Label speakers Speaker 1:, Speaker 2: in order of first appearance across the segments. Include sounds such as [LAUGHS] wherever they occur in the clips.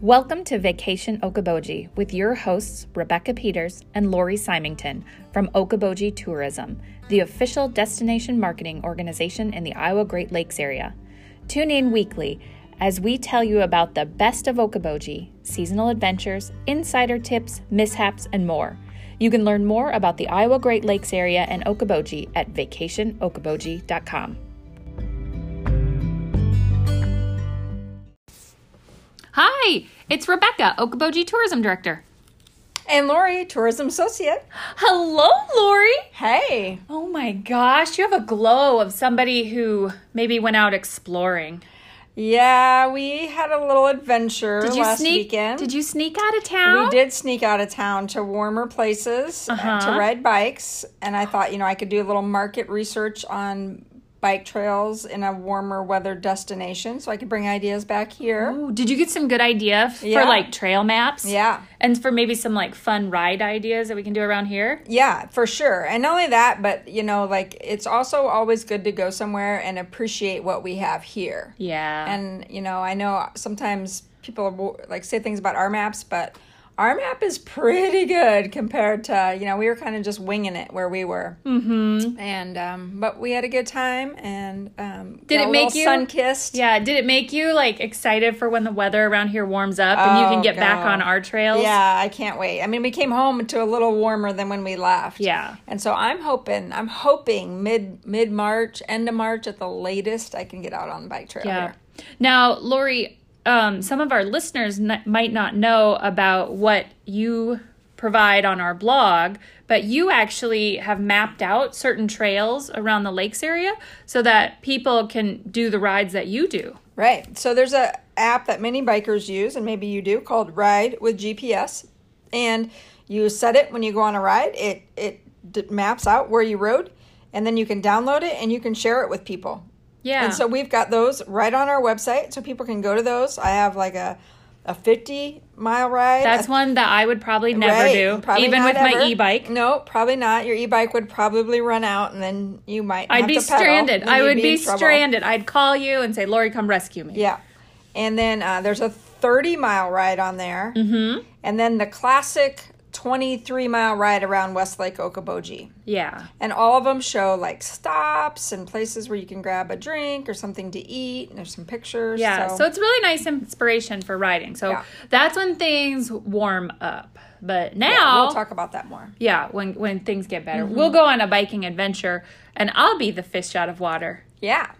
Speaker 1: Welcome to Vacation Okoboji with your hosts Rebecca Peters and Lori Symington from Okoboji Tourism, the official destination marketing organization in the Iowa Great Lakes area. Tune in weekly as we tell you about the best of Okoboji, seasonal adventures, insider tips, mishaps, and more. You can learn more about the Iowa Great Lakes area and Okoboji at vacationokoboji.com. Hi, it's Rebecca, Okoboji Tourism Director.
Speaker 2: And Lori, tourism associate.
Speaker 1: Hello, Lori.
Speaker 2: Hey.
Speaker 1: Oh my gosh, you have a glow of somebody who maybe went out exploring.
Speaker 2: Yeah, we had a little adventure
Speaker 1: Did you
Speaker 2: last
Speaker 1: sneak?
Speaker 2: weekend.
Speaker 1: Did you sneak out of town?
Speaker 2: we did sneak out of town to warmer places uh
Speaker 1: Uh-huh.
Speaker 2: to ride bikes, and I thought, you know, I could do a little market research on bike trails in a warmer weather destination so I could bring ideas back here.
Speaker 1: Ooh, did you get some good idea f-
Speaker 2: Yeah.
Speaker 1: for like trail maps?
Speaker 2: Yeah.
Speaker 1: And for maybe some like fun ride ideas that we can do around here?
Speaker 2: Yeah, for sure. And not only that, but you know, like it's also always good to go somewhere and appreciate what we have here.
Speaker 1: Yeah.
Speaker 2: and you know i know sometimes people will, like say things about our maps but our map is pretty good compared to you know we were kind of just winging it where we were mm-hmm. and um but we had a good time and um
Speaker 1: Did
Speaker 2: got
Speaker 1: it
Speaker 2: a
Speaker 1: make
Speaker 2: little
Speaker 1: you-
Speaker 2: sun-kissed
Speaker 1: yeah, did it make you like excited for when the weather around here warms up and you can
Speaker 2: Oh,
Speaker 1: get back
Speaker 2: God.
Speaker 1: on our trails?
Speaker 2: yeah i can't wait i mean we came home to a little warmer than when we left
Speaker 1: Yeah.
Speaker 2: and so i'm hoping i'm hoping mid mid march end of march at the latest i can get out on the bike trail
Speaker 1: Yeah.
Speaker 2: here.
Speaker 1: Now, Lori, um, some of our listeners n- might not know about what you provide on our blog, but you actually have mapped out certain trails around the lakes area so that people can do the rides that you do.
Speaker 2: Right. So there's a app that many bikers use, and maybe you do, called Ride with GPS, and you set it when you go on a ride. It it d- maps out where you rode, and then you can download it and you can share it with people.
Speaker 1: Yeah.
Speaker 2: And so we've got those right on our website, so people can go to those. I have like a a 50 mile ride.
Speaker 1: that's
Speaker 2: a
Speaker 1: one that I would probably never
Speaker 2: Right,
Speaker 1: do,
Speaker 2: probably
Speaker 1: even
Speaker 2: not
Speaker 1: with
Speaker 2: ever.
Speaker 1: my e-bike.
Speaker 2: No, probably not. Your e-bike would probably run out, and then you might.
Speaker 1: I'd
Speaker 2: have
Speaker 1: be
Speaker 2: to pedal,
Speaker 1: stranded.
Speaker 2: and
Speaker 1: I
Speaker 2: you'd
Speaker 1: would be
Speaker 2: in trouble.
Speaker 1: stranded. I'd call you and say, "Lori, come rescue me."
Speaker 2: Yeah. And then uh, there's a 30 mile ride on there. Mm-hmm. And then the classic 23 mile ride around Westlake Okoboji.
Speaker 1: Yeah.
Speaker 2: And all of them show like stops and places where you can grab a drink or something to eat. And there's some pictures.
Speaker 1: Yeah, so, it's really nice inspiration for writing. So
Speaker 2: Yeah.
Speaker 1: that's when things warm up. But now, yeah,
Speaker 2: yeah, we'll talk about that more.
Speaker 1: when when things get better, we'll go on a biking adventure, and I'll be the fish out of water.
Speaker 2: Yeah.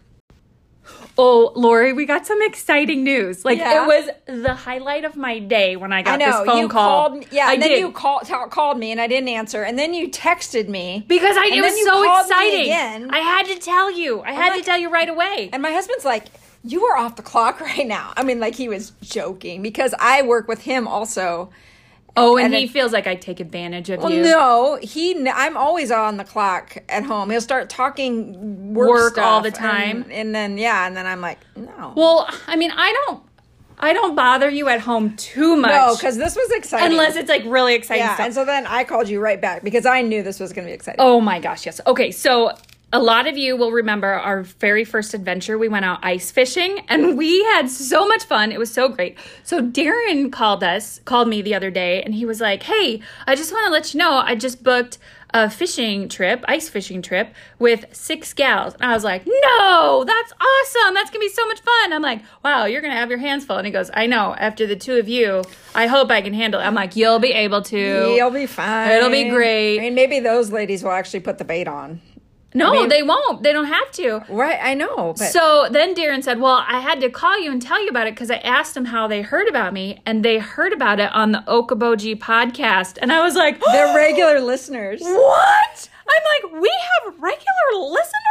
Speaker 1: Oh, Lori, we got some exciting news. Like
Speaker 2: Yeah.
Speaker 1: it was the highlight of my day when I got
Speaker 2: I know.
Speaker 1: this phone
Speaker 2: you
Speaker 1: call.
Speaker 2: called me. Yeah.
Speaker 1: I
Speaker 2: and then
Speaker 1: did.
Speaker 2: you call, ta- called me and I didn't answer. And then you texted me.
Speaker 1: because I
Speaker 2: and
Speaker 1: it
Speaker 2: then
Speaker 1: was
Speaker 2: you
Speaker 1: so
Speaker 2: called me
Speaker 1: exciting.
Speaker 2: again.
Speaker 1: I had to tell you. I had
Speaker 2: like-
Speaker 1: to tell you right away.
Speaker 2: And my husband's like, You are off the clock [LAUGHS] right now. I mean, like, he was joking because I work with him also.
Speaker 1: oh, and,
Speaker 2: and
Speaker 1: he
Speaker 2: it-
Speaker 1: feels like I take advantage of
Speaker 2: Well,
Speaker 1: you.
Speaker 2: no, he. kn- I'm always on the clock at home. He'll start talking work,
Speaker 1: Work all
Speaker 2: stuff
Speaker 1: the time.
Speaker 2: and, and then yeah, and then I'm like, no,
Speaker 1: Well, I mean, I don't, I don't bother you at home too much.
Speaker 2: no, because this was exciting.
Speaker 1: unless it's like really exciting
Speaker 2: yeah,
Speaker 1: stuff.
Speaker 2: and so then I called you right back because I knew this was going to be exciting.
Speaker 1: oh my gosh, yes. Okay, so a lot of you will remember our very first adventure. We went out ice fishing and [LAUGHS] we had so much fun. It was so great. So Darren called us, called me the other day, and he was like, "Hey, I just want to let you know I just booked." A fishing trip, ice fishing trip with six gals. And I was like, no, that's awesome. That's gonna be so much fun. I'm like, wow, you're gonna have your hands full. And he goes, I know, after the two of you, I hope I can handle it. I'm like, you'll be able to.
Speaker 2: It'll be fine.
Speaker 1: It'll be great.
Speaker 2: I mean, maybe those ladies will actually put the bait on.
Speaker 1: No, they won't. They don't have to.
Speaker 2: Right, I know. But
Speaker 1: So then Darren said, Well, I had to call you and tell you about it because I asked them how they heard about me, and they heard about it on the Okaboji podcast. And I was like, [GASPS]
Speaker 2: [GASPS] they're regular listeners.
Speaker 1: What? I'm like, We have regular listeners?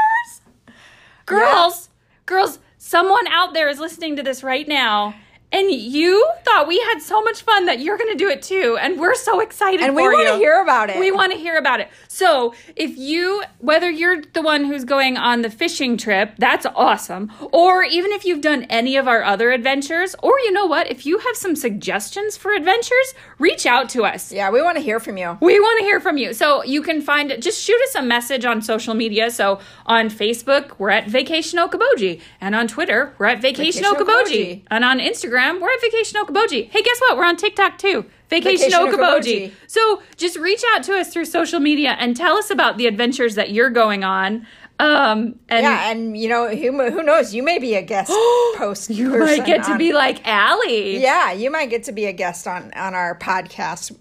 Speaker 1: Girls, girls, someone out there is listening to this right now. And you thought we had so much fun that you're going to do it too, and we're so excited.
Speaker 2: And we
Speaker 1: for
Speaker 2: wanna
Speaker 1: you.
Speaker 2: hear about it.
Speaker 1: We want to hear about it. So if you, whether you're the one who's going on the fishing trip, that's awesome. Or even if you've done any of our other adventures, or you know what, if you have some suggestions for adventures, reach out to us.
Speaker 2: Yeah, we want to hear from you.
Speaker 1: We want to hear from you. So you can find just shoot us a message on social media. So on Facebook, we're at Vacation Okoboji, and on Twitter, we're at Vacation,
Speaker 2: Vacation
Speaker 1: Okoboji.
Speaker 2: Okoboji.
Speaker 1: and on Instagram, Instagram. We're at Vacation Okoboji. Hey, guess what? We're on TikTok too. Vacation,
Speaker 2: Vacation
Speaker 1: Okoboji.
Speaker 2: Okoboji.
Speaker 1: So just reach out to us through social media and tell us about the adventures that you're going on. Um, and
Speaker 2: Yeah, and you know who who knows? You may be
Speaker 1: [GASPS]
Speaker 2: a guest post. You
Speaker 1: you might get to be like Allie.
Speaker 2: Yeah, you might get to be a guest on on our podcast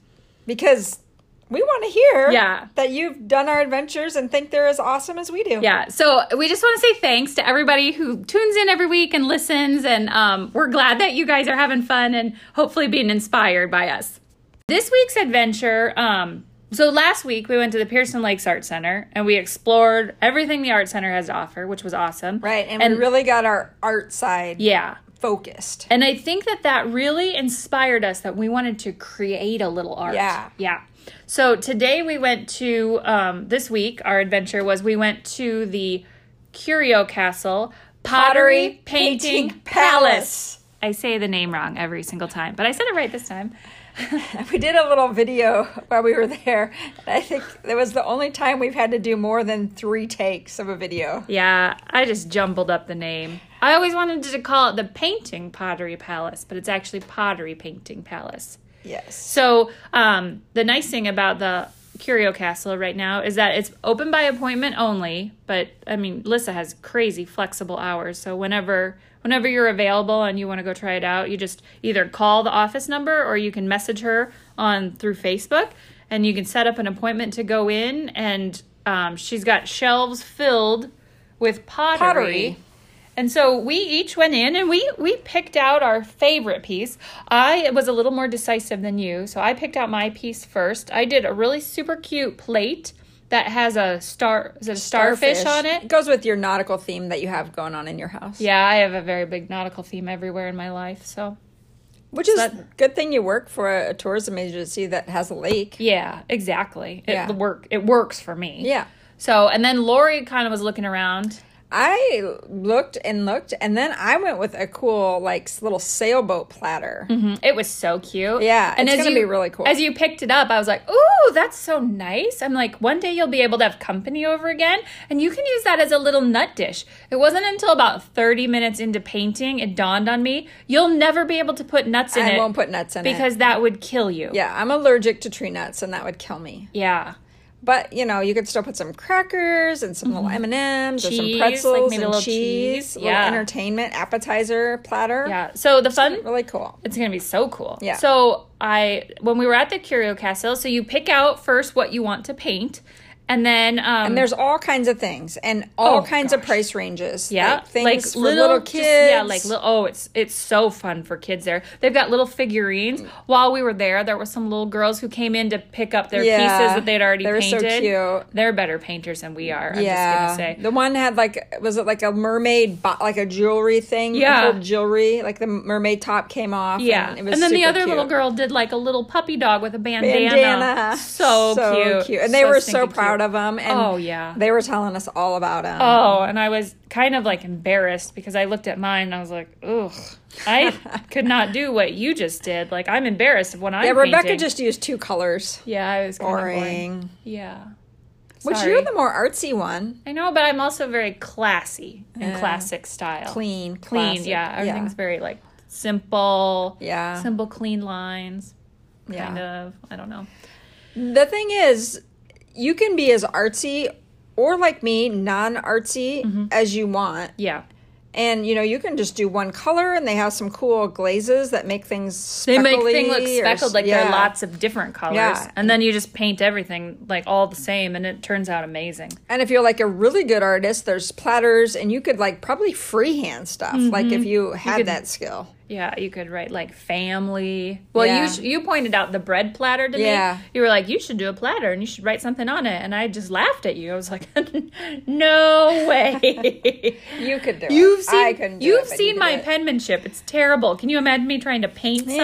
Speaker 2: because we want to hear
Speaker 1: Yeah.
Speaker 2: that you've done our adventures and think they're as awesome as we do.
Speaker 1: Yeah. So we just want to say thanks to everybody who tunes in every week and listens. And um, we're glad that you guys are having fun and hopefully being inspired by us. This week's adventure. Um, so last week we went to the Pearson Lakes Art Center and we explored everything the Art Center has to offer, which was awesome.
Speaker 2: Right, and,
Speaker 1: And-
Speaker 2: we really got our art side
Speaker 1: Yeah.
Speaker 2: focused.
Speaker 1: And I think that that really inspired us that we wanted to create a little art.
Speaker 2: Yeah.
Speaker 1: Yeah. So today we went to, um, this week, our adventure was we went to the Curio Castle Pottery, Painting, Palace. I say the name wrong every single time, but I said it right this time.
Speaker 2: [LAUGHS] We did a little video [LAUGHS] while we were there. And I think that was the only time we've had to do more than three takes of a video.
Speaker 1: Yeah, I just jumbled up the name. I always wanted to call it the Painting Pottery Palace, but it's actually Pottery Painting Palace.
Speaker 2: Yes.
Speaker 1: So um, the nice thing about the Curio Castle right now is that it's open by appointment only. But I mean, Lissa has crazy flexible hours, so whenever whenever you're available and you want to go try it out, you just either call the office number or you can message her on through Facebook, and you can set up an appointment to go in. And um, she's got shelves filled with
Speaker 2: Pottery.
Speaker 1: pottery. And so we each went in and we we picked out our favorite piece. I was a little more decisive than you, so I picked out my piece first. I did a really super cute plate that has a star is it a starfish, on it.
Speaker 2: goes with your nautical theme that you have going on in your house.
Speaker 1: Yeah, I have a very big nautical theme everywhere in my life, so
Speaker 2: Which is
Speaker 1: that-
Speaker 2: good thing you work for a, a tourism agency that has a lake.
Speaker 1: yeah, exactly. It
Speaker 2: Yeah.
Speaker 1: work it works for me.
Speaker 2: Yeah.
Speaker 1: So and then Lori kind of was looking around.
Speaker 2: I looked and looked, and then I went with a cool, like, s- little sailboat platter.
Speaker 1: It was so cute.
Speaker 2: Yeah, it's gonna
Speaker 1: you,
Speaker 2: be really cool.
Speaker 1: As you picked it up, I was like, "Ooh, that's so nice." I'm like, "One day you'll be able to have company over again, and you can use that as a little nut dish." It wasn't until about 30 minutes into painting it dawned on me, you'll never be able to put nuts in
Speaker 2: I
Speaker 1: it
Speaker 2: won't put nuts in it.
Speaker 1: because that would kill you.
Speaker 2: Yeah, I'm allergic to tree nuts, and that would kill me.
Speaker 1: Yeah.
Speaker 2: But you know, you could still put some crackers and some little M and M's or
Speaker 1: Mm-hmm. Cheese,
Speaker 2: some
Speaker 1: like
Speaker 2: pretzels
Speaker 1: maybe a
Speaker 2: and
Speaker 1: little
Speaker 2: cheese.
Speaker 1: cheese.
Speaker 2: Little
Speaker 1: Yeah.
Speaker 2: entertainment appetizer platter.
Speaker 1: Yeah. So the fun
Speaker 2: really cool.
Speaker 1: It's gonna be so cool.
Speaker 2: Yeah.
Speaker 1: So I when we were at the Curio Castle, so you pick out first what you want to paint, and then um,
Speaker 2: And there's all kinds of things and all
Speaker 1: Oh,
Speaker 2: kinds of price ranges.
Speaker 1: Yeah,
Speaker 2: like things for little,
Speaker 1: just-
Speaker 2: kids.
Speaker 1: yeah, like little. Oh, it's it's so fun for kids there. They've got little figurines.
Speaker 2: Mm.
Speaker 1: While we were there, there were some little girls who came in to pick up their
Speaker 2: Yeah,
Speaker 1: pieces that they'd already
Speaker 2: they were so
Speaker 1: painted.
Speaker 2: cute.
Speaker 1: They're better painters than we are. I'm
Speaker 2: yeah,
Speaker 1: just gonna say.
Speaker 2: the one had like was it like a mermaid, bo- like a jewelry thing?
Speaker 1: Yeah.
Speaker 2: Gold jewelry. Like the mermaid top came off.
Speaker 1: Yeah,
Speaker 2: and, it
Speaker 1: and,
Speaker 2: was
Speaker 1: then the
Speaker 2: super
Speaker 1: other little
Speaker 2: cute.
Speaker 1: girl did like a little puppy dog with a bandana.
Speaker 2: bandana.
Speaker 1: So, cute.
Speaker 2: And they were so
Speaker 1: stinking
Speaker 2: proud
Speaker 1: cute.
Speaker 2: of him. And
Speaker 1: Oh, yeah.
Speaker 2: They were telling us all about him.
Speaker 1: Oh, and I was kind of like embarrassed because I looked at mine and I was like, ugh, I
Speaker 2: [LAUGHS]
Speaker 1: could not do what you just did. Like I'm embarrassed of what I'm.
Speaker 2: yeah, Rebecca
Speaker 1: painting.
Speaker 2: just used two colors.
Speaker 1: Yeah, I was kind of boring.
Speaker 2: Boring.
Speaker 1: Yeah.
Speaker 2: Which
Speaker 1: Sorry.
Speaker 2: you're the more artsy one.
Speaker 1: I know, but I'm also very classy and classic style.
Speaker 2: Clean.
Speaker 1: Clean,
Speaker 2: classic.
Speaker 1: yeah. Everything's very like simple.
Speaker 2: Yeah.
Speaker 1: Simple clean lines.
Speaker 2: Yeah.
Speaker 1: Kind of. I don't know.
Speaker 2: The thing is, you can be as artsy or like me, non artsy
Speaker 1: Mm-hmm.
Speaker 2: as you want.
Speaker 1: Yeah.
Speaker 2: And you know, you can just do one color and they have some cool glazes that make things
Speaker 1: They make
Speaker 2: speckly
Speaker 1: things look
Speaker 2: or-
Speaker 1: speckled, like there
Speaker 2: yeah.
Speaker 1: are lots of different colors.
Speaker 2: Yeah.
Speaker 1: And then you just paint everything like all the same and it turns out amazing.
Speaker 2: And if you're like a really good artist, there's platters, and you could like probably freehand stuff. Like if you had
Speaker 1: Mm-hmm. could-
Speaker 2: that skill.
Speaker 1: Yeah, you could write like family. Well,
Speaker 2: Yeah.
Speaker 1: you sh- you pointed out the bread platter to
Speaker 2: Yeah.
Speaker 1: me. You were like, you should do a platter and you should write something on it, and I just laughed at you. I was like, [LAUGHS] no
Speaker 2: [LAUGHS]
Speaker 1: way.
Speaker 2: You could do
Speaker 1: you've
Speaker 2: it.
Speaker 1: seen
Speaker 2: I couldn't do
Speaker 1: you've
Speaker 2: it, but you
Speaker 1: seen
Speaker 2: did
Speaker 1: my
Speaker 2: it.
Speaker 1: penmanship. It's terrible. Can you imagine me trying to paint
Speaker 2: Yeah.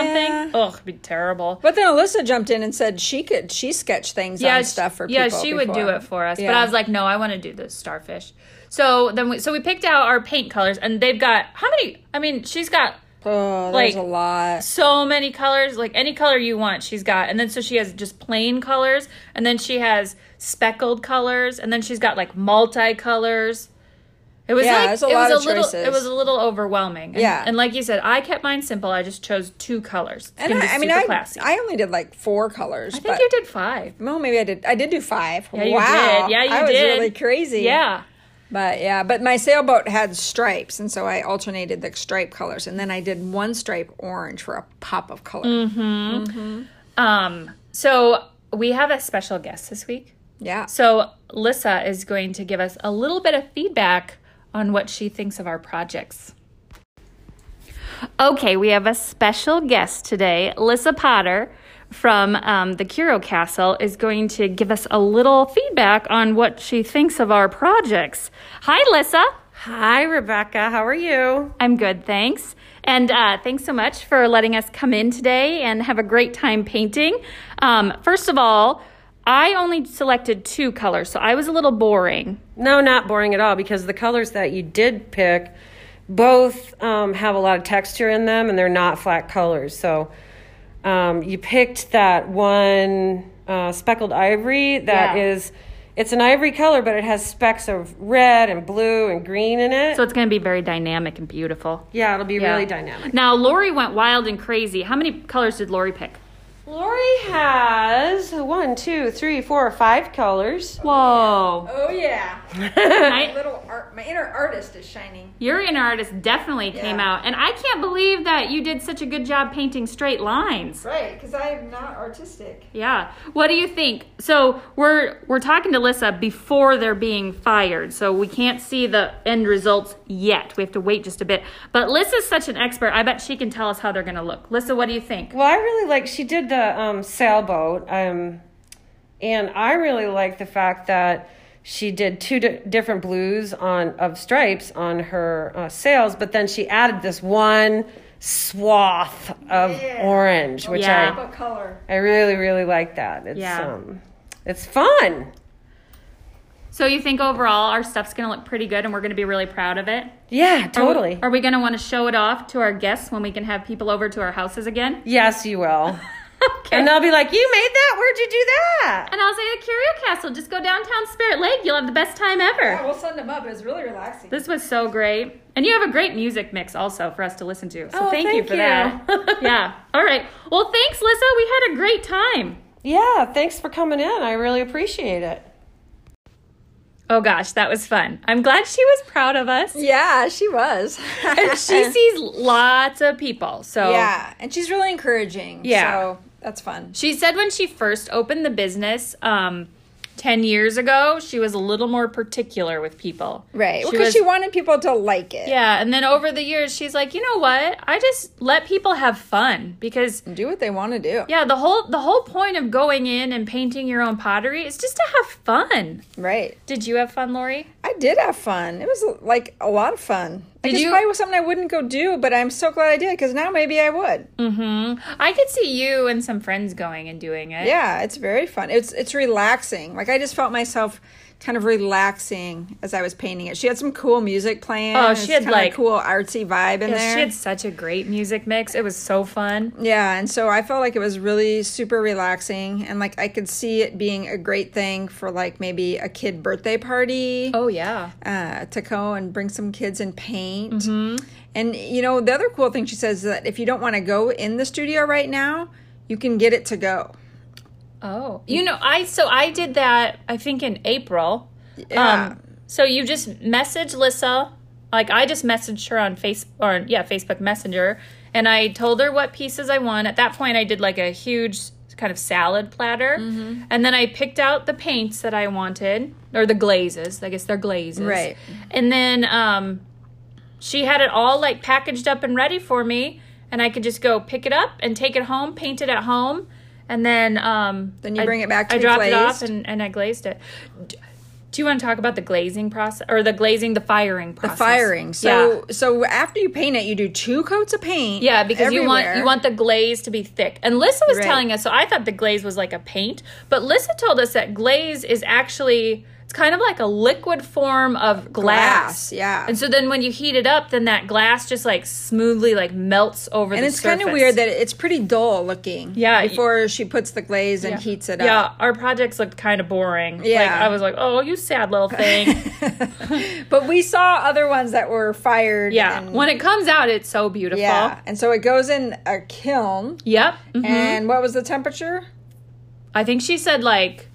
Speaker 1: something? Ugh, it'd be terrible.
Speaker 2: But then Alyssa jumped in and said she could she sketched things yeah, on
Speaker 1: sh-
Speaker 2: stuff for
Speaker 1: yeah,
Speaker 2: people.
Speaker 1: she would do
Speaker 2: before.
Speaker 1: it for us. But
Speaker 2: Yeah.
Speaker 1: I was like, no, I want to do the starfish. So then, we, so we picked out our paint colors, and they've got how many? I mean, she's got
Speaker 2: Oh, there's
Speaker 1: like-
Speaker 2: a lot.
Speaker 1: so many colors like any color you want she's got and then so she has just plain colors and then she has speckled colors and then she's got like multi colors It was
Speaker 2: Yeah,
Speaker 1: like
Speaker 2: there's a
Speaker 1: it
Speaker 2: lot
Speaker 1: was
Speaker 2: of
Speaker 1: a little
Speaker 2: choices.
Speaker 1: it was a little overwhelming. And,
Speaker 2: Yeah.
Speaker 1: and like you said, I kept mine simple. I just chose two colors. It's
Speaker 2: And
Speaker 1: gonna be
Speaker 2: I, I mean,
Speaker 1: super
Speaker 2: I
Speaker 1: classy.
Speaker 2: I only did like four colors.
Speaker 1: I think
Speaker 2: but,
Speaker 1: you did five.
Speaker 2: No, maybe I did. I did do five.
Speaker 1: Yeah, you
Speaker 2: wow.
Speaker 1: did. Yeah, you
Speaker 2: I
Speaker 1: did.
Speaker 2: was really crazy.
Speaker 1: Yeah.
Speaker 2: But yeah, but my sailboat had stripes, and so I alternated the stripe colors, and then I did one stripe orange for a pop of color.
Speaker 1: Mm. Um. So we have a special guest this week.
Speaker 2: Yeah.
Speaker 1: So Lissa is going to give us a little bit of feedback on what she thinks of our projects. Okay, we have a special guest today. Lissa Potter from um, the Curo Castle is going to give us a little feedback on what she thinks of our projects. Hi, Lissa.
Speaker 3: Hi, Rebecca. How are you?
Speaker 1: I'm good, thanks. And uh, thanks so much for letting us come in today and have a great time painting. Um, first of all, I only selected two colors, so I was a little boring.
Speaker 3: No, not boring at all because the colors that you did pick both um, have a lot of texture in them and they're not flat colors. So um, you picked that one uh, speckled ivory that
Speaker 1: Yeah.
Speaker 3: is it's an ivory color, but it has specks of red and blue and green in it.
Speaker 1: So it's going to be very dynamic and beautiful.
Speaker 3: yeah, it'll be
Speaker 1: Yeah.
Speaker 3: really dynamic.
Speaker 1: Now, Lori went wild and crazy. How many colors did Lori pick?
Speaker 3: Lori has one, two, three, four, five colors. Whoa.
Speaker 2: Oh yeah, my
Speaker 1: I,
Speaker 2: little art, my inner artist is shining.
Speaker 1: your inner artist definitely came
Speaker 2: Yeah.
Speaker 1: out. And I can't believe that you did such a good job painting straight lines.
Speaker 2: Right, because I am not artistic.
Speaker 1: Yeah. What do you think? So we're we're talking to Lissa before they're being fired, so we can't see the end results yet. We have to wait just a bit. But Lissa's such an expert. I bet she can tell us how they're going to look. Lissa, what do you think?
Speaker 3: Well, I really like she did the um, sailboat, um, and I really like the fact that she did two di- different blues on of stripes on her uh, sails, but then she added this one swath of
Speaker 2: Yeah.
Speaker 3: orange, which
Speaker 1: Yeah.
Speaker 2: What color?
Speaker 3: I I really really like that. It's
Speaker 1: Yeah.
Speaker 3: um, it's fun.
Speaker 1: So you think overall our stuff's going to look pretty good and we're going to be really proud of it? Are
Speaker 3: Yeah,
Speaker 1: we-
Speaker 3: totally.
Speaker 1: Are we, going to want to show it off to our guests when we can have people over to our houses again? [LAUGHS]
Speaker 3: yes, you will.
Speaker 1: okay.
Speaker 3: And they'll be like, "You made that? Where'd you do that?"
Speaker 1: And I'll say the Curio Castle. Just go downtown Spirit Lake. You'll have the best time ever.
Speaker 2: Yeah, we'll send them up. It was really relaxing.
Speaker 1: This was so great. And you have a great music mix also for us to listen to. So
Speaker 3: Oh,
Speaker 1: thank, you
Speaker 3: thank
Speaker 1: for
Speaker 3: you.
Speaker 2: [LAUGHS]
Speaker 1: that. [LAUGHS] yeah. All right. Well, thanks, Lissa. We had a great time.
Speaker 3: Yeah, thanks for coming in. I really appreciate it.
Speaker 1: Oh gosh, that was fun. I'm glad she was proud of us.
Speaker 2: Yeah, she was.
Speaker 1: [LAUGHS] And
Speaker 2: [LAUGHS]
Speaker 1: she sees lots of people. So
Speaker 2: yeah, and she's really encouraging.
Speaker 1: Yeah.
Speaker 2: so that's fun.
Speaker 1: She said when she first opened the business, um, 10 years ago, she was a little more particular with people.
Speaker 2: Right,
Speaker 1: She
Speaker 2: because
Speaker 1: was-
Speaker 2: she wanted people to like it.
Speaker 1: Yeah. And then over the years, she's like, you know what? I just let people have fun because.
Speaker 2: Do what they want to do.
Speaker 1: Yeah, the whole the whole point of going in and painting your own pottery is just to have fun.
Speaker 2: Right.
Speaker 1: Did you have fun, Lori?
Speaker 2: I did have fun. It was like a lot of fun. Like,
Speaker 1: Did
Speaker 2: it's
Speaker 1: you-
Speaker 2: probably was something I wouldn't go do, but I'm so glad I did because now maybe I would.
Speaker 1: Mm. Mm-hmm. I could see you and some friends going and doing it.
Speaker 2: Yeah, it's very fun. It's it's relaxing. Like I just felt myself kind of relaxing as I was painting it. She had some cool music playing.
Speaker 1: Oh,
Speaker 2: It's
Speaker 1: she had,
Speaker 2: kinda a
Speaker 1: like-
Speaker 2: cool artsy vibe in
Speaker 1: Yeah,
Speaker 2: there.
Speaker 1: she had such a great music mix. It was so fun.
Speaker 2: Yeah, and so I felt like it was really super relaxing and like I could see it being a great thing for like maybe a kid birthday party.
Speaker 1: Oh yeah.
Speaker 2: uh, to go and bring some kids and paint.
Speaker 1: Mm-hmm.
Speaker 2: And you know, the other cool thing she says is that if you don't want to go in the studio right now, you can get it to go.
Speaker 1: Oh, you know, I so I did that. I think in April. Um,
Speaker 2: Yeah.
Speaker 1: so you just message Lissa, like I just messaged her on face or yeah Facebook Messenger, and I told her what pieces I want. At that point, I did like a huge kind of salad platter,
Speaker 2: Mm-hmm.
Speaker 1: and then I picked out the paints that I wanted or the glazes. I guess they're glazes,
Speaker 2: Right.
Speaker 1: And then um, she had it all like packaged up and ready for me, and I could just go pick it up and take it home, paint it at home. And then, um,
Speaker 2: Then you
Speaker 1: I-
Speaker 2: bring it back to
Speaker 1: I
Speaker 2: be
Speaker 1: dropped it off
Speaker 2: glazed?
Speaker 1: and, and I glazed it. D- Do you want to talk about the glazing process or the glazing, the firing process?
Speaker 2: Firing. So so after you paint it, you do two coats of paint.
Speaker 1: yeah, yeah, because you want
Speaker 2: everywhere.
Speaker 1: you want the glaze to be thick. And Lissa was
Speaker 2: Right.
Speaker 1: telling us, so I thought the glaze was like a paint, but Lissa told us that glaze is actually It's kind of like a liquid form of glass.
Speaker 2: Glass, yeah.
Speaker 1: And so then when you heat it up, then that glass just like smoothly like melts over
Speaker 2: And
Speaker 1: the
Speaker 2: it's kind of
Speaker 1: surface.
Speaker 2: weird that it's pretty dull looking.
Speaker 1: Yeah, y-
Speaker 2: Before she puts the glaze and heats it
Speaker 1: yeah,
Speaker 2: up.
Speaker 1: our projects looked kind of boring.
Speaker 2: Yeah.
Speaker 1: Like, I was like, oh, you sad
Speaker 2: [LAUGHS]
Speaker 1: little thing.
Speaker 2: But we saw other ones that were fired.
Speaker 1: yeah.
Speaker 2: and-
Speaker 1: When it comes out, it's so beautiful.
Speaker 2: yeah. And so it goes in a kiln.
Speaker 1: Yep. Mhm.
Speaker 2: And what was the temperature?
Speaker 1: I think she said like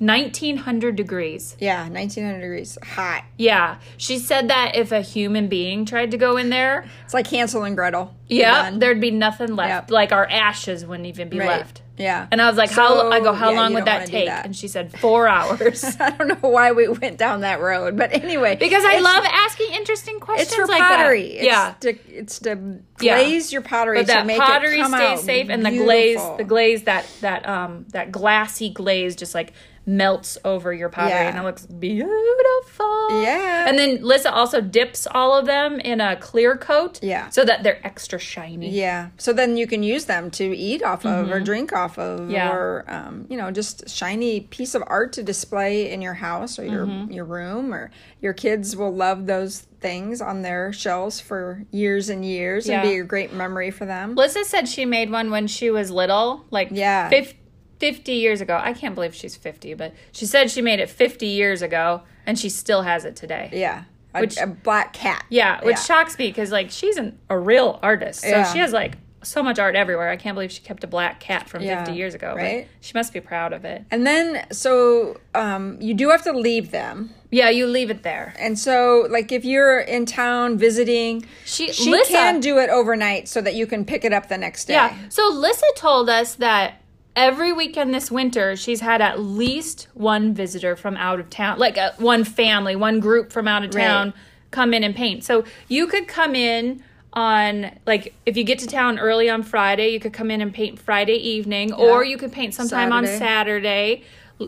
Speaker 1: 1900 degrees.
Speaker 2: Yeah, 1900 degrees. Hot.
Speaker 1: Yeah. She said that if a human being tried to go in there,
Speaker 2: It's like Hansel and Gretel.
Speaker 1: yeah,
Speaker 2: Done.
Speaker 1: there'd be nothing left.
Speaker 2: Yep.
Speaker 1: Like our ashes wouldn't even be
Speaker 2: Right.
Speaker 1: left.
Speaker 2: Yeah.
Speaker 1: And I was like, how
Speaker 2: So,
Speaker 1: I go, how
Speaker 2: yeah,
Speaker 1: long
Speaker 2: you
Speaker 1: would
Speaker 2: don't
Speaker 1: that
Speaker 2: wanna do
Speaker 1: take?
Speaker 2: that.
Speaker 1: And she said 4
Speaker 2: [LAUGHS]
Speaker 1: hours.
Speaker 2: I don't know why we went down that road, but anyway.
Speaker 1: because I
Speaker 2: it's-
Speaker 1: love asking interesting questions
Speaker 2: it's for
Speaker 1: like
Speaker 2: pottery.
Speaker 1: that.
Speaker 2: It's
Speaker 1: yeah.
Speaker 2: to, it's to
Speaker 1: Yeah.
Speaker 2: glaze your pottery
Speaker 1: But
Speaker 2: to
Speaker 1: that
Speaker 2: make
Speaker 1: pottery
Speaker 2: it come
Speaker 1: stays
Speaker 2: out
Speaker 1: safe, and the glaze,
Speaker 2: beautiful.
Speaker 1: the glaze that that um that glassy glaze just like melts over your pottery,
Speaker 2: Yeah.
Speaker 1: and it looks beautiful.
Speaker 2: Yeah.
Speaker 1: And then Lissa also dips all of them in a clear coat.
Speaker 2: Yeah.
Speaker 1: So that they're extra shiny.
Speaker 2: Yeah. So then you can use them to eat off of or drink off of
Speaker 1: Mm-hmm. Yeah.
Speaker 2: or um, you know, just shiny piece of art to display in your house or your
Speaker 1: Mm-hmm.
Speaker 2: your room or your kids will love those things on their shelves for years and years and be
Speaker 1: Yeah.
Speaker 2: a great memory for them.
Speaker 1: Lissa said she made one when she was little, like
Speaker 2: Yeah.
Speaker 1: fif- 50 years ago. I can't believe she's 50, but she said she made it 50 years ago, and she still has it today.
Speaker 2: Yeah. A,
Speaker 1: Which-
Speaker 2: a black cat.
Speaker 1: Yeah, which
Speaker 2: Yeah.
Speaker 1: shocks me because like she's an, a real artist, so
Speaker 2: Yeah.
Speaker 1: she has like so much art everywhere. I can't believe she kept a black cat from
Speaker 2: Yeah,
Speaker 1: 50 years ago. but
Speaker 2: right?
Speaker 1: She must be proud of it.
Speaker 2: And then so um, you do have to leave them.
Speaker 1: Yeah, you leave it there.
Speaker 2: And so like if you're in town visiting,
Speaker 1: She,
Speaker 2: she
Speaker 1: Lissa,
Speaker 2: can do it overnight so that you can pick it up the next day.
Speaker 1: Yeah. So Lissa told us that every weekend this winter she's had at least one visitor from out of town, like uh, one family, one group from out of town come in and paint. So you could come in on like if you get to town early on Friday, you could come in and paint Friday evening or you could paint sometime on
Speaker 2: Saturday.
Speaker 1: Saturday.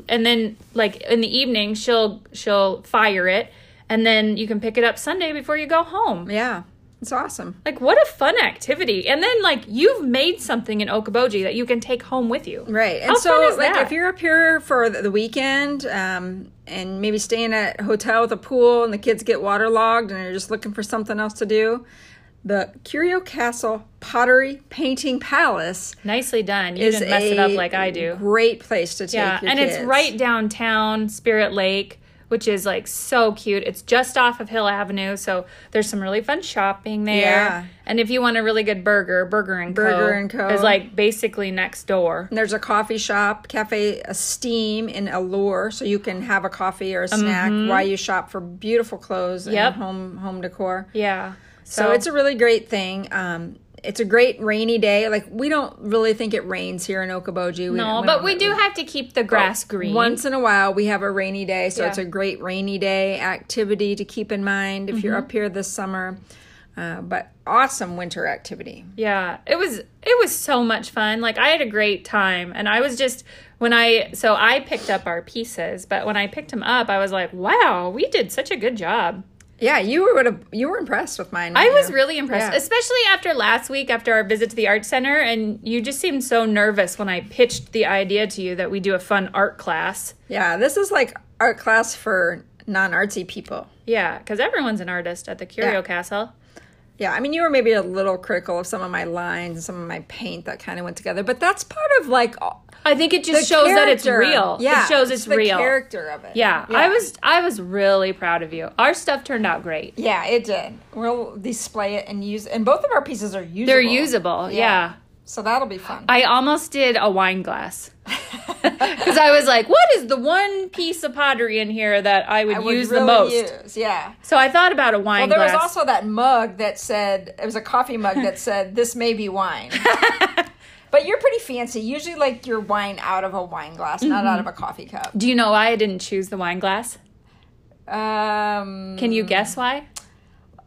Speaker 1: And then like in the evening she'll she'll fire it and then you can pick it up Sunday before you go home.
Speaker 2: Yeah. It's awesome.
Speaker 1: Like what a fun activity! And then like you've made something in Okoboji that you can take home with you.
Speaker 2: Right. And
Speaker 1: How
Speaker 2: so
Speaker 1: fun is
Speaker 2: like
Speaker 1: that?
Speaker 2: if you're up here for the the weekend, um, and maybe staying at a hotel with a pool and the kids get waterlogged and you're just looking for something else to do, the Curio Castle Pottery Painting Palace
Speaker 1: Nicely done. You
Speaker 2: is
Speaker 1: didn't mess it up
Speaker 2: a
Speaker 1: like I do.
Speaker 2: Great place to take
Speaker 1: Yeah,
Speaker 2: your
Speaker 1: and it's
Speaker 2: kids.
Speaker 1: right downtown Spirit Lake, which is like so cute. It's just off of Hill Avenue, so there's some really fun shopping there.
Speaker 2: Yeah.
Speaker 1: And if you want a really good burger, Burger and Co.
Speaker 2: Burger and Co.
Speaker 1: is like basically next door.
Speaker 2: And there's a coffee shop, Cafe Esteem in Allure, so you can have a coffee or a snack while you shop for beautiful clothes
Speaker 1: Mm-hmm. Yep.
Speaker 2: and home home decor.
Speaker 1: Yeah.
Speaker 2: So, it's a really great thing. Um, it's a great rainy day. Like we don't really think it rains here in Okoboji. We,
Speaker 1: no, but we do have to keep the grass green.
Speaker 2: Once in a while, we have a rainy day, so
Speaker 1: Yeah.
Speaker 2: it's a great rainy day activity to keep in mind if
Speaker 1: Mm-hmm.
Speaker 2: you're up here this summer. Uh, but awesome winter activity.
Speaker 1: Yeah, it was it was so much fun. Like I had a great time, and I was just when I so I picked up our pieces, but when I picked them up, I was like, wow, we did such a good job.
Speaker 2: Yeah, you were would've- you were impressed with mine.
Speaker 1: I
Speaker 2: weren't
Speaker 1: was
Speaker 2: you?
Speaker 1: really impressed,
Speaker 2: Yeah.
Speaker 1: especially after last week after our visit to the art center, and you just seemed so nervous when I pitched the idea to you that we do a fun art class.
Speaker 2: Yeah, this is like art class for non artsy people.
Speaker 1: Yeah, because everyone's an artist at the Curio
Speaker 2: Yeah.
Speaker 1: Castle.
Speaker 2: Yeah, I mean, you were maybe a little critical of some of my lines and some of my paint that kind of went together, but that's part of like all-
Speaker 1: I think it
Speaker 2: the
Speaker 1: just shows that it's
Speaker 2: character.
Speaker 1: real.
Speaker 2: Yeah,
Speaker 1: it shows it's,
Speaker 2: the
Speaker 1: real.
Speaker 2: character of it.
Speaker 1: yeah, I was I was really proud of you. Our stuff turned out great.
Speaker 2: Yeah, it did. We'll display it and use, and both of our pieces are usable.
Speaker 1: They're usable. Yeah.
Speaker 2: So that'll be fun.
Speaker 1: I almost did a wine glass. Because I [LAUGHS] was like, what is the one piece of pottery in here that I would,
Speaker 2: [LAUGHS] I would
Speaker 1: use the
Speaker 2: really
Speaker 1: most?
Speaker 2: use- yeah.
Speaker 1: So I thought about a wine
Speaker 2: Well, there was
Speaker 1: glass.
Speaker 2: also that mug that said it was a coffee
Speaker 1: [LAUGHS]
Speaker 2: mug that said this may be wine. but you're pretty fancy. Usually, like your wine out of a wine glass, not out of
Speaker 1: Mm-hmm.
Speaker 2: a coffee cup.
Speaker 1: Do you know why I didn't choose the wine glass?
Speaker 2: Um,
Speaker 1: Can you guess why?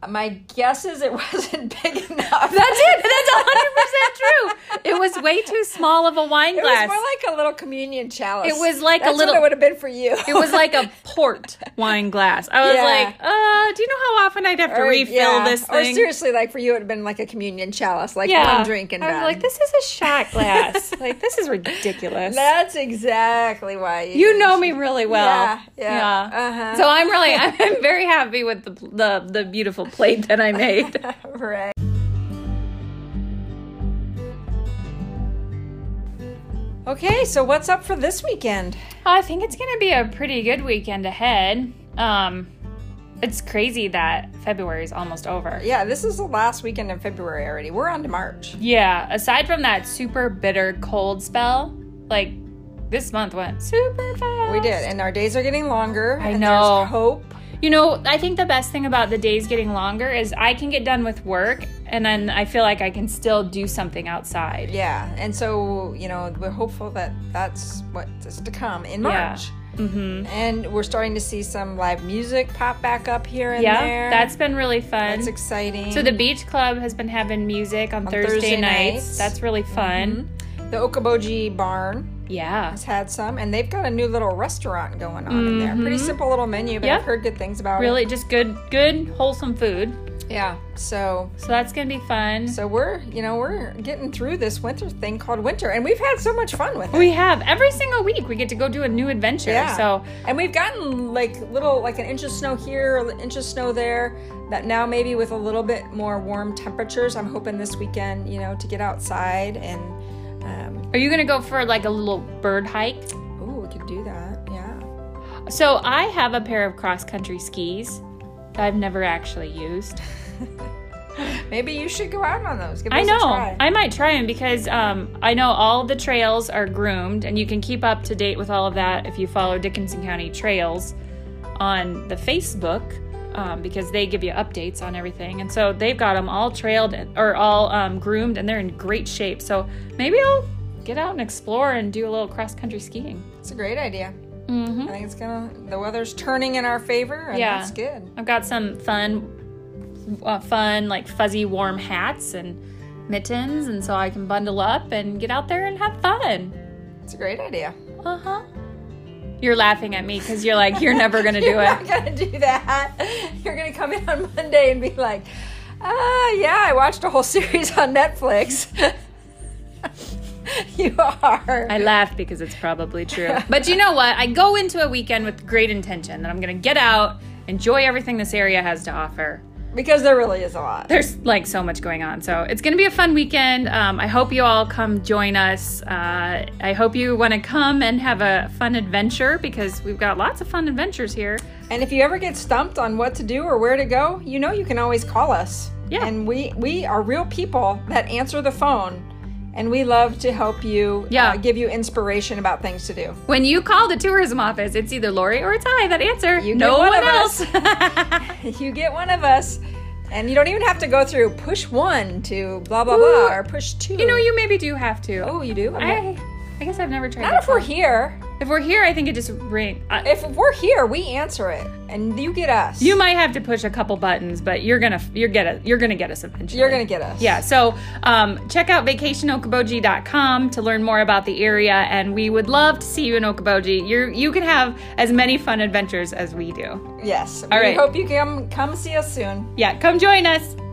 Speaker 2: My guess is it [LAUGHS] wasn't big enough.
Speaker 1: That's it.
Speaker 2: [LAUGHS]
Speaker 1: That's 100% true. It was way too small of a wine
Speaker 2: It
Speaker 1: glass.
Speaker 2: was more like a little communion chalice.
Speaker 1: It was like a
Speaker 2: That's
Speaker 1: little-
Speaker 2: What it would have been for you.
Speaker 1: it was like
Speaker 2: [LAUGHS]
Speaker 1: a port wine glass. I was
Speaker 2: Yeah.
Speaker 1: like, uh, do you know how often I'd have to
Speaker 2: Or,
Speaker 1: refill
Speaker 2: yeah.
Speaker 1: this
Speaker 2: Or
Speaker 1: thing?
Speaker 2: seriously, like for you, it would have been like a communion chalice, like one drink and
Speaker 1: I was
Speaker 2: done.
Speaker 1: like, this is a shot glass.
Speaker 2: [LAUGHS]
Speaker 1: like, this is ridiculous.
Speaker 2: That's exactly why
Speaker 1: You know me really well.
Speaker 2: Yeah, yeah, uh-huh.
Speaker 1: So I'm really,
Speaker 2: [LAUGHS]
Speaker 1: I'm, I'm very happy with the, the the beautiful plate [LAUGHS] that I
Speaker 2: [LAUGHS]
Speaker 1: made.
Speaker 2: Right. Okay, so what's up for this weekend?
Speaker 1: Oh, I think it's gonna be a pretty good weekend ahead. Um, it's crazy that February is almost over.
Speaker 2: Yeah, this is the last weekend in February already. We're on to March.
Speaker 1: Yeah. Aside from that super bitter cold spell, like this month went super fast.
Speaker 2: We did, and our days are getting longer. I
Speaker 1: know.
Speaker 2: There's hope.
Speaker 1: You know, I think the best thing about the days getting longer is I can get done with work, and then I feel like I can still do something outside.
Speaker 2: Yeah, and so you know we're hopeful that that's what is to come in
Speaker 1: Yeah.
Speaker 2: March. Mm-hmm. And we're starting to see some live music pop back up here and
Speaker 1: Yeah,
Speaker 2: there.
Speaker 1: that's been really fun.
Speaker 2: that's exciting.
Speaker 1: So the beach club has been having music on, Thursday,
Speaker 2: Thursday
Speaker 1: nights.
Speaker 2: nights. Mm-hmm.
Speaker 1: That's really fun.
Speaker 2: the Okaboji Barn
Speaker 1: Yeah.
Speaker 2: has had some, and they've got a new little restaurant going on in there. Pretty simple little menu,
Speaker 1: Mm-hmm.
Speaker 2: but
Speaker 1: Yeah.
Speaker 2: I've heard good things about
Speaker 1: Really just good good wholesome food.
Speaker 2: it. Yeah. So
Speaker 1: So that's going to be fun.
Speaker 2: so we're you know we're getting through this winter thing called winter, and we've had so much fun with it.
Speaker 1: we have every single week we get to go do a new adventure.
Speaker 2: Yeah.
Speaker 1: So
Speaker 2: and we've gotten like little like an inch of snow here, an inch of snow there. That now maybe with a little bit more warm temperatures, I'm hoping this weekend you know to get outside and um,
Speaker 1: are you going to go for like a little bird hike?
Speaker 2: oh we could do that. Yeah. [LAUGHS]
Speaker 1: So I have a pair of cross country skis that I've never actually used.
Speaker 2: Maybe you should go out on those. Give
Speaker 1: I
Speaker 2: those
Speaker 1: know.
Speaker 2: A try.
Speaker 1: I might try them because um, I know all the trails are groomed, and you can keep up to date with all of that if you follow Dickinson County Trails on the Facebook um, because they give you updates on everything. And so they've got them all trailed and- or all um, groomed, and they're in great shape. So maybe I'll get out and explore and do a little cross country skiing.
Speaker 2: It's a great idea. I think it's gonna. The weather's turning in our favor, and
Speaker 1: Mm-hmm. Yeah.
Speaker 2: that's good.
Speaker 1: I've got some fun, uh, fun like fuzzy warm hats and mittens, and so I can bundle up and get out there and have fun.
Speaker 2: It's a great idea.
Speaker 1: Uh huh. You're laughing at me because you're like, you're never gonna do
Speaker 2: You're
Speaker 1: it.
Speaker 2: [LAUGHS] not gonna do that. You're gonna come in on Monday and be like, "Ah, yeah, I watched a whole [LAUGHS] series on Netflix." [LAUGHS] you are.
Speaker 1: I laugh because it's probably true. But you know what? I go into a weekend with great intention that I'm gonna get out, enjoy everything this area has to offer.
Speaker 2: because there really is a lot.
Speaker 1: There's like so much going on, so it's gonna be a fun weekend. Um, I hope you all come join us. Uh, I hope you want to come and have a fun adventure because we've got lots of fun adventures here.
Speaker 2: And if you ever get stumped on what to do or where to go, you know you can always call us.
Speaker 1: Yeah.
Speaker 2: And we we are real people that answer the phone. And we love to help you,
Speaker 1: Yeah.
Speaker 2: uh, give you inspiration about things to do.
Speaker 1: When you call the tourism office, it's either Lori or it's I that answer.
Speaker 2: You
Speaker 1: no
Speaker 2: get one
Speaker 1: one
Speaker 2: of us.
Speaker 1: else. [LAUGHS]
Speaker 2: [LAUGHS] You get one of us, and you don't even have to go through push one to blah blah
Speaker 1: Ooh.
Speaker 2: blah or push two.
Speaker 1: You know, you maybe do have to.
Speaker 2: oh, you do. I'm
Speaker 1: I, I guess I've never tried.
Speaker 2: Not
Speaker 1: Not
Speaker 2: if we're here.
Speaker 1: if we're here, I think it just ring. I,
Speaker 2: If we're here, we answer it, and you get us.
Speaker 1: you might have to push a couple buttons, but you're gonna you're get a, you're gonna get us eventually.
Speaker 2: You're gonna get us.
Speaker 1: Yeah, so um, check out vacationokaboji.com to learn more about the area, and we would love to see you in Okaboji. You you can have as many fun adventures as we do.
Speaker 2: Yes.
Speaker 1: All
Speaker 2: we
Speaker 1: right.
Speaker 2: hope you come come see us soon.
Speaker 1: Yeah, come join us.